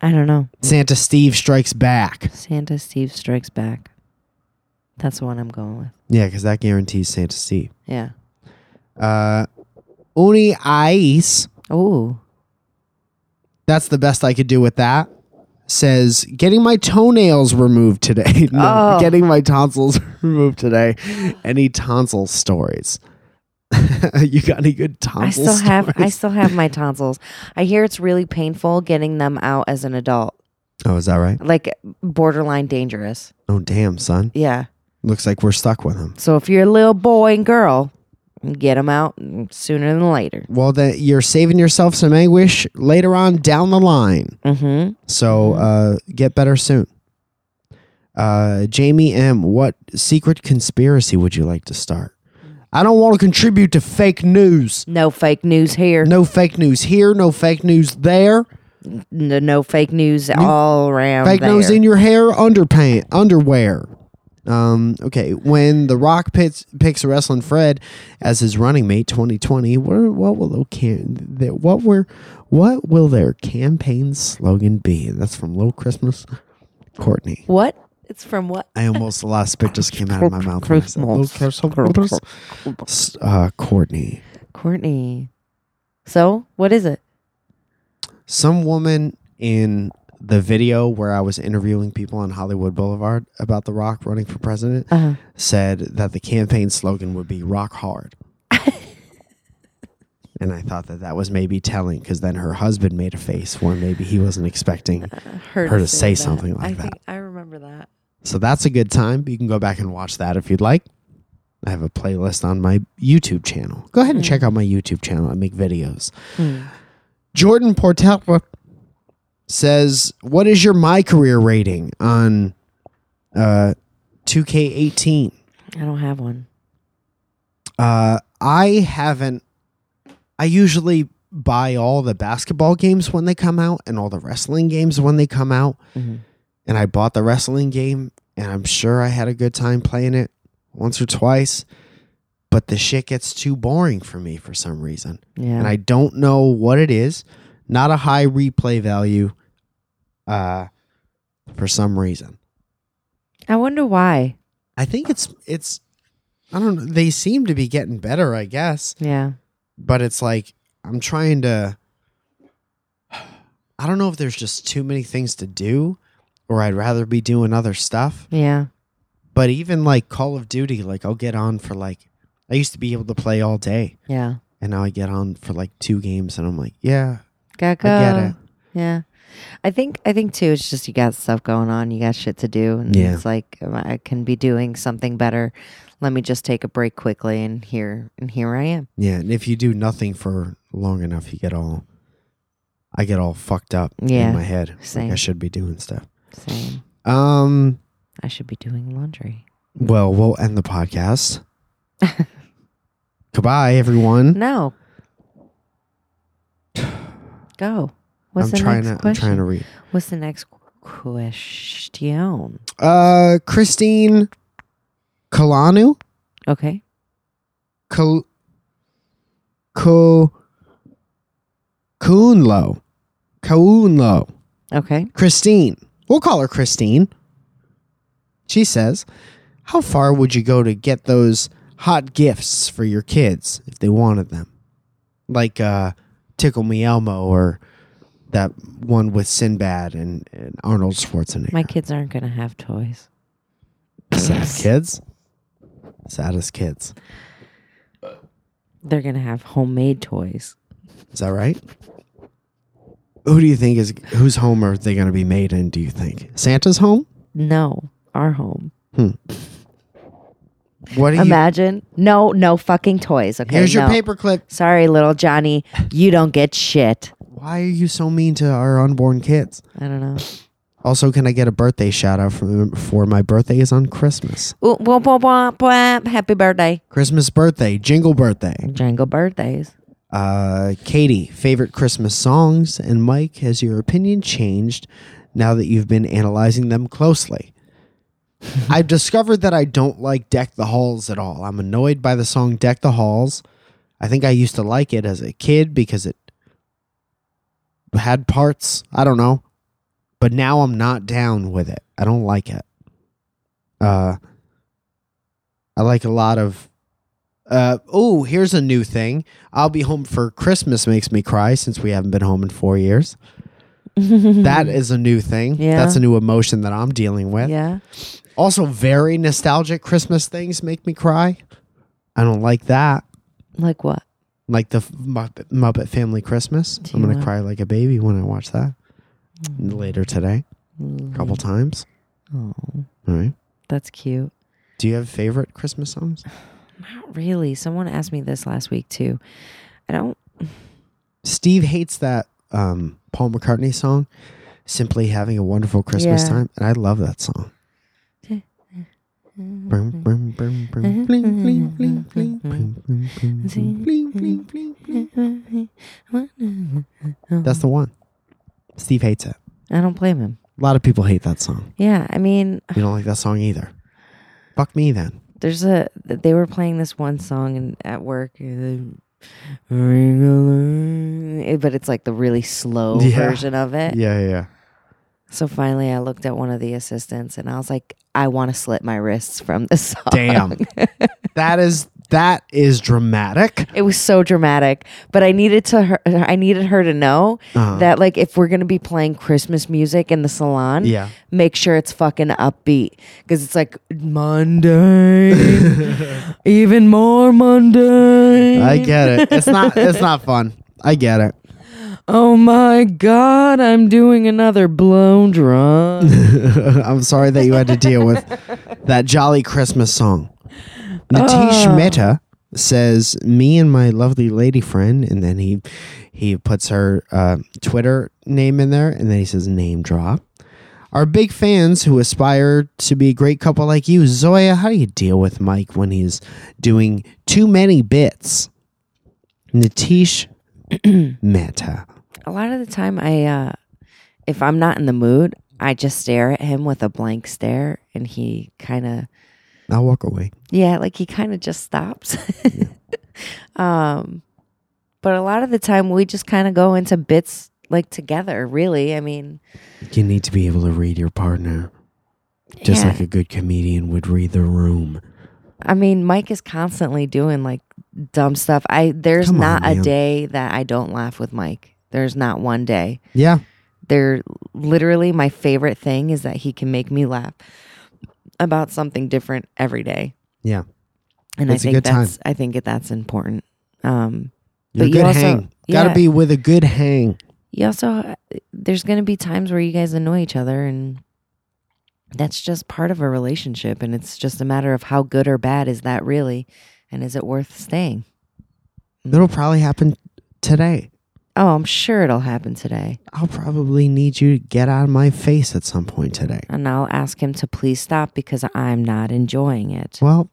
[SPEAKER 1] I don't know.
[SPEAKER 2] Santa Steve Strikes Back.
[SPEAKER 1] Santa Steve Strikes Back. That's the one I'm going with.
[SPEAKER 2] Yeah, because that guarantees Santa Steve.
[SPEAKER 1] Yeah.
[SPEAKER 2] Uh, Uni Ice.
[SPEAKER 1] Oh,
[SPEAKER 2] That's the best I could do with that." Says getting my toenails removed today. no,
[SPEAKER 1] Oh.
[SPEAKER 2] getting my tonsils removed today. Any tonsil stories? you got any good tonsil
[SPEAKER 1] I still have I
[SPEAKER 2] stories?
[SPEAKER 1] still have my tonsils. I hear it's really painful getting them out as an adult,
[SPEAKER 2] oh, is that right?
[SPEAKER 1] like borderline dangerous.
[SPEAKER 2] Oh, damn, son.
[SPEAKER 1] Yeah.
[SPEAKER 2] Looks like we're stuck with him.
[SPEAKER 1] So if you're a little boy and girl, get them out sooner than later.
[SPEAKER 2] Well, that you're saving yourself some anguish later on down the line.
[SPEAKER 1] Mm-hmm.
[SPEAKER 2] So uh, get better soon. Uh, Jamie M, what secret conspiracy would you like to start? I don't want to contribute to fake news.
[SPEAKER 1] No fake news here.
[SPEAKER 2] No fake news here. No fake news there.
[SPEAKER 1] No, no fake news all around.
[SPEAKER 2] Fake news
[SPEAKER 1] there.
[SPEAKER 2] in your hair, underpants, underwear. Um, okay, when The Rock pits, picks wrestling Fred as his running mate, 2020, what, what will the can, the- what were what will their campaign slogan be? That's from Little Christmas, Courtney.
[SPEAKER 1] what? It's from what?
[SPEAKER 2] I almost the last spit just came out of my mouth. when I said Little Christmas.
[SPEAKER 1] Christmas.
[SPEAKER 2] S- Uh, Courtney,
[SPEAKER 1] Courtney. So what is it?
[SPEAKER 2] some woman in the video where I was interviewing people on Hollywood Boulevard about The Rock running for president.
[SPEAKER 1] Uh-huh.
[SPEAKER 2] said that the campaign slogan would be rock hard. and I thought that that was maybe telling because then her husband made a face where maybe he wasn't expecting.
[SPEAKER 1] Uh, Heard
[SPEAKER 2] Her to say something like
[SPEAKER 1] I
[SPEAKER 2] that.
[SPEAKER 1] Think I remember that.
[SPEAKER 2] So that's a good time. You can go back and watch that if you'd like. I have a playlist on my YouTube channel. Go ahead and check out my YouTube channel. I make videos.
[SPEAKER 1] Hmm.
[SPEAKER 2] Jordan Portella says, "What is your my career rating on uh 2K18?"
[SPEAKER 1] I don't have one.
[SPEAKER 2] Uh, I haven't. I usually buy all the basketball games when they come out and all the wrestling games when they come out.
[SPEAKER 1] Mhm.
[SPEAKER 2] And I bought the wrestling game, and I'm sure I had a good time playing it once or twice. But the shit gets too boring for me for some reason.
[SPEAKER 1] Yeah.
[SPEAKER 2] And I don't know what it is. Not a high replay value uh, for some reason.
[SPEAKER 1] I wonder why.
[SPEAKER 2] I think it's, it's, I don't know. They seem to be getting better, I guess.
[SPEAKER 1] Yeah.
[SPEAKER 2] but it's like I'm trying to. I don't know if there's just too many things to do, or I'd rather be doing other stuff.
[SPEAKER 1] Yeah.
[SPEAKER 2] But even like Call of Duty, like I'll get on for like I used to be able to play all day,
[SPEAKER 1] Yeah.
[SPEAKER 2] and now I get on for like two games, and I'm like, yeah,
[SPEAKER 1] Gotta
[SPEAKER 2] I
[SPEAKER 1] go.
[SPEAKER 2] get it.
[SPEAKER 1] Yeah. I think I think too. It's just you got stuff going on. You got shit to do. And
[SPEAKER 2] Yeah.
[SPEAKER 1] It's like um, I can be doing something better. Let me just take a break quickly, and here and here I am.
[SPEAKER 2] Yeah, and if you do nothing for long enough, you get all. I get all fucked up
[SPEAKER 1] Yeah,
[SPEAKER 2] in my head. Like I
[SPEAKER 1] same.
[SPEAKER 2] should be doing stuff.
[SPEAKER 1] Same.
[SPEAKER 2] Um.
[SPEAKER 1] I should be doing laundry.
[SPEAKER 2] Well, we'll end the podcast. Goodbye, everyone.
[SPEAKER 1] No. Go. What's
[SPEAKER 2] I'm
[SPEAKER 1] the
[SPEAKER 2] trying
[SPEAKER 1] next
[SPEAKER 2] to. I'm
[SPEAKER 1] question?
[SPEAKER 2] trying to read.
[SPEAKER 1] What's the next question?
[SPEAKER 2] Uh, Christine Kalanu,
[SPEAKER 1] Okay.
[SPEAKER 2] Kal, Ko, Kunlo, Kaunlo,
[SPEAKER 1] Okay.
[SPEAKER 2] Christine. We'll call her Christine. She says, "How far would you go to get those hot gifts for your kids if they wanted them, like uh, Tickle Me Elmo or that one with Sinbad and, and Arnold Schwarzenegger?"
[SPEAKER 1] My kids aren't gonna have toys.
[SPEAKER 2] Sad kids. Saddest kids.
[SPEAKER 1] They're gonna have homemade toys.
[SPEAKER 2] Is that right? Who do you think is whose home are they going to be made in? Do you think Santa's home?
[SPEAKER 1] No, our home.
[SPEAKER 2] What do you?
[SPEAKER 1] Imagine. No, no fucking toys. Okay.
[SPEAKER 2] Here's your
[SPEAKER 1] no.
[SPEAKER 2] paperclip.
[SPEAKER 1] Sorry, little Johnny. You don't get shit.
[SPEAKER 2] Why are you so mean to our unborn kids?
[SPEAKER 1] I don't know.
[SPEAKER 2] Also, can I get a birthday shout out for, for my birthday is on Christmas.
[SPEAKER 1] Ooh, womp, womp, womp, womp. Happy birthday.
[SPEAKER 2] Christmas birthday, jingle birthday.
[SPEAKER 1] Jangle birthdays.
[SPEAKER 2] Uh, Katie, favorite Christmas songs, and Mike, has your opinion changed now that you've been analyzing them closely? I've discovered that I don't like Deck the Halls at all. I'm annoyed by the song Deck the Halls. I think I used to like it as a kid because it had parts. I don't know. But now I'm not down with it. I don't like it. Uh I like a lot of uh oh, here's a new thing. I'll be home for Christmas makes me cry since we haven't been home in 4 years. That is a new thing.
[SPEAKER 1] Mm-hmm. Yeah.
[SPEAKER 2] That's a new emotion that I'm dealing with.
[SPEAKER 1] yeah.
[SPEAKER 2] Also, very nostalgic Christmas things make me cry. I don't like that.
[SPEAKER 1] Like what?
[SPEAKER 2] Like the Muppet, Muppet Family Christmas.
[SPEAKER 1] Do
[SPEAKER 2] I'm
[SPEAKER 1] you
[SPEAKER 2] going to
[SPEAKER 1] like-
[SPEAKER 2] cry like a baby when I watch that later today, a couple times.
[SPEAKER 1] Oh,
[SPEAKER 2] All right.
[SPEAKER 1] that's cute.
[SPEAKER 2] Do you have favorite Christmas songs?
[SPEAKER 1] Not really. Someone asked me this last week too. I don't.
[SPEAKER 2] Steve hates that um, Paul McCartney song, Simply Having a Wonderful Christmas
[SPEAKER 1] Yeah.
[SPEAKER 2] Time. And I love that song. Brum, brum, brum, brum, bling, bling, bling, bling, brum, brum, brum, brum, bling, bling, bling,
[SPEAKER 1] Mm-hmm.
[SPEAKER 2] bling. That's the one. Steve hates it.
[SPEAKER 1] I don't blame him.
[SPEAKER 2] A lot of people hate that song.
[SPEAKER 1] Yeah, I mean,
[SPEAKER 2] You don't like that song either. Fuck me then.
[SPEAKER 1] there's a they were playing this one song in, at work and they- Ring-a-ling. but it's like the really slow
[SPEAKER 2] Yeah.
[SPEAKER 1] version of it
[SPEAKER 2] Yeah, yeah, yeah.
[SPEAKER 1] so finally i looked at one of the assistants and i was like i want to slit my wrists from this song
[SPEAKER 2] Damn. that is that is dramatic.
[SPEAKER 1] it was so dramatic but i needed to her i needed her to know
[SPEAKER 2] Uh-huh.
[SPEAKER 1] that like if we're gonna be playing christmas music in the salon
[SPEAKER 2] Yeah.
[SPEAKER 1] make sure it's fucking upbeat because it's like mundane even more mundane
[SPEAKER 2] I get it. It's not it's not fun. I get it.
[SPEAKER 1] Oh my God, I'm doing another blown drum.
[SPEAKER 2] I'm sorry that you had to deal with that jolly Christmas song. Natish Mehta says, "Me and my lovely lady friend," and then he he puts her uh, Twitter name in there, and then he says, "Name drop." Our big fans who aspire to be a great couple like you, Zoya. How do you deal with Mike when he's doing too many bits? Natish Mehta.
[SPEAKER 1] a lot of the time, I, uh, if I'm not in the mood, I just stare at him with a blank stare, and he kind of,
[SPEAKER 2] I'll walk away.
[SPEAKER 1] yeah, like he kind of just stops. um, but a lot of the time, we just kind of go into bits like together. Really, I mean,
[SPEAKER 2] You need to be able to read your partner. just
[SPEAKER 1] yeah.
[SPEAKER 2] like a good comedian would read the room.
[SPEAKER 1] I mean, Mike is constantly doing like dumb stuff. I there's
[SPEAKER 2] Come on,
[SPEAKER 1] not a
[SPEAKER 2] man.
[SPEAKER 1] day that I don't laugh with Mike. There's not one day.
[SPEAKER 2] Yeah.
[SPEAKER 1] they're literally my favorite thing is that he can make me laugh about something different every day.
[SPEAKER 2] Yeah.
[SPEAKER 1] And
[SPEAKER 2] It's a
[SPEAKER 1] I think
[SPEAKER 2] good time.
[SPEAKER 1] that's I think that that's important. Um
[SPEAKER 2] You're a
[SPEAKER 1] But
[SPEAKER 2] good
[SPEAKER 1] you also-
[SPEAKER 2] hang. Got
[SPEAKER 1] yeah.
[SPEAKER 2] to be with a good hang.
[SPEAKER 1] you also there's going to be times where you guys annoy each other and that's just part of a relationship and it's just a matter of how good or bad is that really and is it worth staying?
[SPEAKER 2] That'll probably happen today.
[SPEAKER 1] Oh, I'm sure it'll happen today.
[SPEAKER 2] I'll probably need you to get out of my face at some point today.
[SPEAKER 1] And I'll ask him to please stop because I'm not enjoying it.
[SPEAKER 2] Well,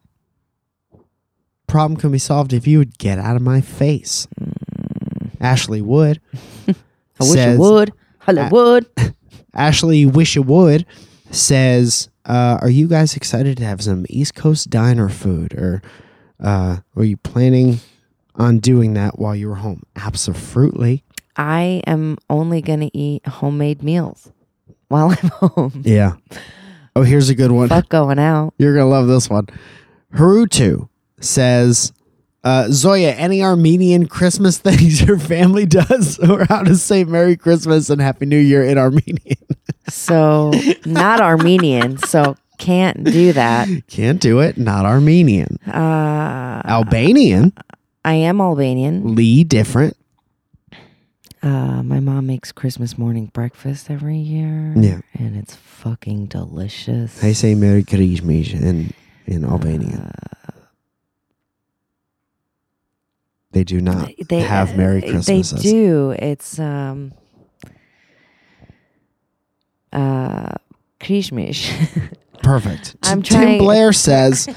[SPEAKER 2] problem can be solved if you would get out of my face.
[SPEAKER 1] Mm.
[SPEAKER 2] Ashley Wood.
[SPEAKER 1] I wish
[SPEAKER 2] says-
[SPEAKER 1] you would. Hollywood.
[SPEAKER 2] Ashley Wish You Would says, uh, "Are you guys excited to have some East Coast diner food, or uh, were you planning on doing that while you were home?" Absolutely.
[SPEAKER 1] I am only going to eat homemade meals while I'm home.
[SPEAKER 2] Yeah. Oh, here's a good one.
[SPEAKER 1] Fuck going out.
[SPEAKER 2] You're gonna love this one. Harutu says, uh, "Zoya, any Armenian Christmas things your family does, or how to say Merry Christmas and Happy New Year in Armenian?"
[SPEAKER 1] So, not Armenian. So, can't do that.
[SPEAKER 2] Can't do it. Not Armenian.
[SPEAKER 1] Uh,
[SPEAKER 2] Albanian.
[SPEAKER 1] I am Albanian.
[SPEAKER 2] Lee different.
[SPEAKER 1] Uh, my mom makes Christmas morning breakfast every year.
[SPEAKER 2] Yeah.
[SPEAKER 1] And it's fucking delicious.
[SPEAKER 2] I say Merry Christmas in, in Albanian.
[SPEAKER 1] Uh,
[SPEAKER 2] They do not uh, have Merry Christmases.
[SPEAKER 1] uh, They do. It's um uh Krishmish.
[SPEAKER 2] Perfect.
[SPEAKER 1] I'm
[SPEAKER 2] T- Tim
[SPEAKER 1] trying-
[SPEAKER 2] Blair says,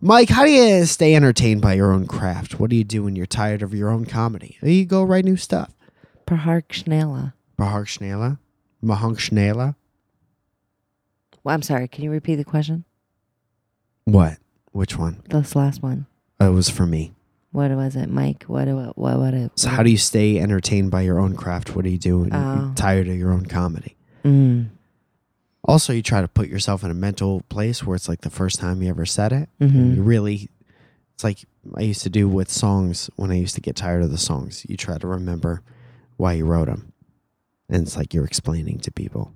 [SPEAKER 2] Mike, how do you stay entertained by your own craft? What do you do when you're tired of your own comedy? You go write new stuff.
[SPEAKER 1] Praharkshnela.
[SPEAKER 2] Bahar Schnela? Mahank Schnela?
[SPEAKER 1] Well, I'm sorry, can you repeat the question?
[SPEAKER 2] What? Which one?
[SPEAKER 1] This last one.
[SPEAKER 2] Oh, it was for me.
[SPEAKER 1] What was it, Mike? What what what what it
[SPEAKER 2] So, how do you stay entertained by your own craft? What do you do when
[SPEAKER 1] Oh.
[SPEAKER 2] you're tired of your own comedy?
[SPEAKER 1] mm.
[SPEAKER 2] Also, you try to put yourself in a mental place where it's like the first time you ever said it.
[SPEAKER 1] Mhm.
[SPEAKER 2] You really, it's like I used to do with songs when I used to get tired of the songs. You try to remember why you wrote them. And it's like you're explaining to people.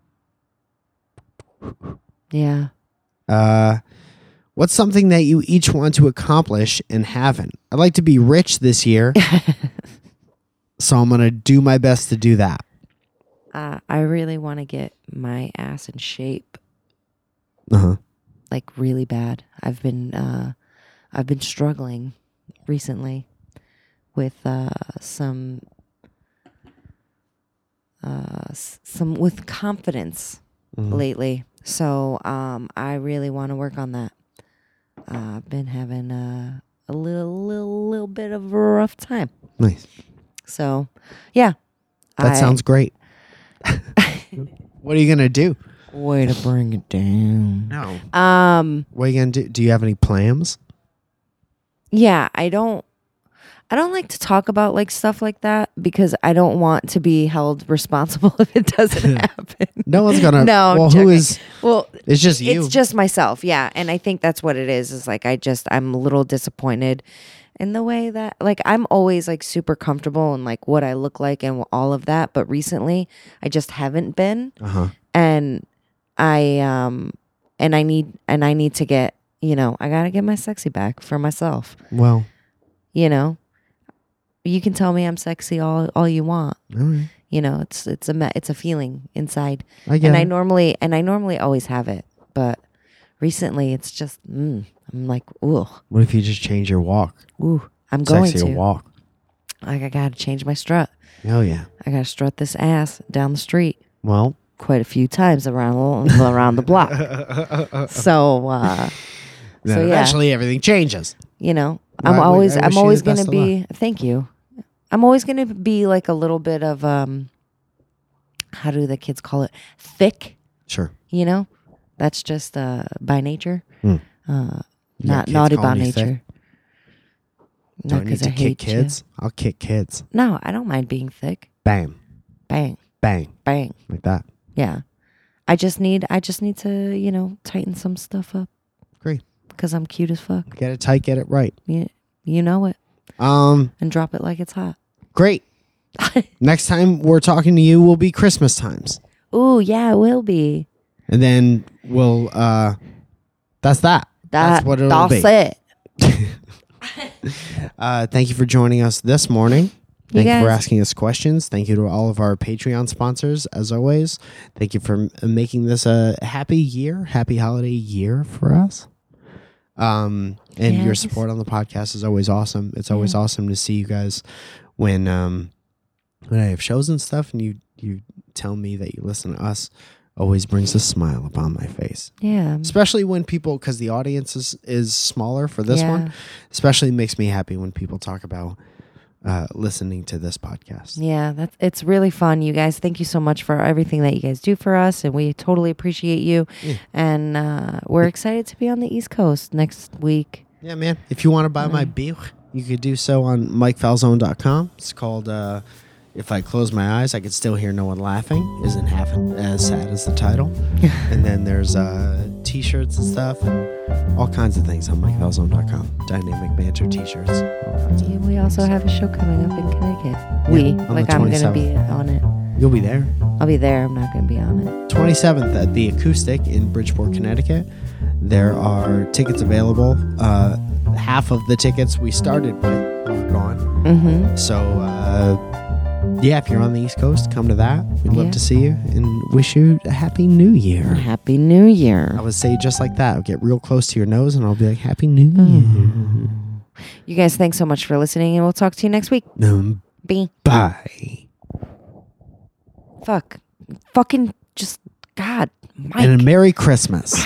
[SPEAKER 1] Yeah.
[SPEAKER 2] Uh, what's something that you each want to accomplish and haven't? I'd like to be rich this year. so I'm going to do my best to do that.
[SPEAKER 1] Uh, I really want to get my ass in shape
[SPEAKER 2] Uh huh.
[SPEAKER 1] like really bad. I've been uh I've been struggling recently with uh some uh s- some with confidence
[SPEAKER 2] Mm-hmm. Mm.
[SPEAKER 1] lately. So um I really want to work on that. Uh, I've been having uh, a little little little bit of a rough time.
[SPEAKER 2] Nice.
[SPEAKER 1] So yeah.
[SPEAKER 2] That
[SPEAKER 1] I-
[SPEAKER 2] sounds great. what are you going to do?
[SPEAKER 1] way to bring it down.
[SPEAKER 2] No.
[SPEAKER 1] Um
[SPEAKER 2] What are you going to do? Do you have any plans?
[SPEAKER 1] yeah i don't i don't like to talk about like stuff like that because i don't want to be held responsible if it doesn't happen
[SPEAKER 2] No one's gonna.
[SPEAKER 1] No, I'm
[SPEAKER 2] Well, who
[SPEAKER 1] joking.
[SPEAKER 2] is?
[SPEAKER 1] well
[SPEAKER 2] It's just you.
[SPEAKER 1] it's just myself yeah and i think that's what it is is like i just i'm a little disappointed in the way that like i'm always like super comfortable and like what i look like and all of that but recently i just haven't been
[SPEAKER 2] uh huh.
[SPEAKER 1] and i um and i need and i need to get you know i gotta get my sexy back for myself
[SPEAKER 2] Well,
[SPEAKER 1] you know you can tell me i'm sexy all all you want
[SPEAKER 2] all right.
[SPEAKER 1] you know it's it's a me- it's a feeling inside
[SPEAKER 2] I get
[SPEAKER 1] and i
[SPEAKER 2] it.
[SPEAKER 1] normally and i normally always have it but recently it's just mm, i'm like ooh
[SPEAKER 2] What if you just change your walk?
[SPEAKER 1] ooh i'm going
[SPEAKER 2] Sexier
[SPEAKER 1] to
[SPEAKER 2] walk.
[SPEAKER 1] like i gotta change my strut
[SPEAKER 2] Oh yeah.
[SPEAKER 1] i gotta strut this ass down the street
[SPEAKER 2] Well,
[SPEAKER 1] quite a few times around around the block so uh
[SPEAKER 2] then
[SPEAKER 1] yeah.
[SPEAKER 2] eventually everything changes.
[SPEAKER 1] you know
[SPEAKER 2] Well,
[SPEAKER 1] i'm
[SPEAKER 2] I-
[SPEAKER 1] always
[SPEAKER 2] I wish
[SPEAKER 1] i'm
[SPEAKER 2] you
[SPEAKER 1] always
[SPEAKER 2] the best
[SPEAKER 1] gonna
[SPEAKER 2] of luck.
[SPEAKER 1] be thank you i'm always gonna be like a little bit of um how do the kids call it thick
[SPEAKER 2] Sure.
[SPEAKER 1] you know that's just uh by nature
[SPEAKER 2] Hmm.
[SPEAKER 1] uh
[SPEAKER 2] You got
[SPEAKER 1] not
[SPEAKER 2] kids
[SPEAKER 1] naughty by
[SPEAKER 2] calling you thick?
[SPEAKER 1] nature not
[SPEAKER 2] Do I need
[SPEAKER 1] because
[SPEAKER 2] to
[SPEAKER 1] i
[SPEAKER 2] kick
[SPEAKER 1] hate you.
[SPEAKER 2] kids? I'll kick kids.
[SPEAKER 1] no i don't mind being thick
[SPEAKER 2] Bam,
[SPEAKER 1] bang
[SPEAKER 2] bang,
[SPEAKER 1] bang
[SPEAKER 2] like that.
[SPEAKER 1] yeah i just need i just need to you know tighten some stuff up
[SPEAKER 2] Great.
[SPEAKER 1] because i'm cute as fuck
[SPEAKER 2] Get it tight. Get it right.
[SPEAKER 1] you, you know it
[SPEAKER 2] Um.
[SPEAKER 1] and drop it like it's hot
[SPEAKER 2] Great. Next time we're talking to you will be Christmas times,
[SPEAKER 1] Ooh, yeah, it will be.
[SPEAKER 2] and then we'll. uh That's that. that's what it'll
[SPEAKER 1] that's
[SPEAKER 2] be.
[SPEAKER 1] it.
[SPEAKER 2] Uh, thank you for joining us this morning.
[SPEAKER 1] You
[SPEAKER 2] Thank you, for
[SPEAKER 1] guys-
[SPEAKER 2] asking us questions. Thank you to all of our Patreon sponsors, as always. Thank you for m- uh, making this a happy year, happy holiday year for us. Um, and your
[SPEAKER 1] Yes.
[SPEAKER 2] support on the podcast is always awesome. It's always awesome to see you guys when um, when I have shows and stuff, and you you tell me that you listen to us. Always brings a smile upon my face,
[SPEAKER 1] Yeah.
[SPEAKER 2] especially when people because the audience is is smaller for this
[SPEAKER 1] yeah.
[SPEAKER 2] one especially makes me happy when people talk about uh, listening to this podcast.
[SPEAKER 1] Yeah, that's it's really fun, you guys. Thank you so much for everything that you guys do for us, and we totally appreciate you. And uh, we're excited to be on the East Coast next week.
[SPEAKER 2] Yeah, man. If you want to buy
[SPEAKER 1] Mm-hmm.
[SPEAKER 2] my beer, you could do so on mikefalzone.com. It's called uh, If I Close My Eyes, I Could Still Hear No One Laughing. Isn't half as sad as the title. and then there's uh, t shirts and stuff and all kinds of things on mikefalzone.com. Dynamic banter t shirts.
[SPEAKER 1] Yeah, we also have a show coming up in Connecticut. We
[SPEAKER 2] on the
[SPEAKER 1] like I'm gonna
[SPEAKER 2] 27th.
[SPEAKER 1] be on it.
[SPEAKER 2] You'll be there.
[SPEAKER 1] I'll be there. I'm not gonna be on it.
[SPEAKER 2] 27th at the Acoustic in Bridgeport, Connecticut. There are tickets available. Uh, half of the tickets we started with are gone.
[SPEAKER 1] Mm-hmm.
[SPEAKER 2] So, uh, yeah, if you're on the East Coast, come to that. We'd
[SPEAKER 1] Yeah.
[SPEAKER 2] love to see you and wish you a happy new year.
[SPEAKER 1] Happy New Year.
[SPEAKER 2] I would say just like that. Get real close to your nose and I'll be like, Happy New Year.
[SPEAKER 1] You guys, thanks so much for listening, and we'll talk to you next week.
[SPEAKER 2] Um,
[SPEAKER 1] Be
[SPEAKER 2] bye.
[SPEAKER 1] fuck, fucking just God, Mike.
[SPEAKER 2] And a Merry Christmas.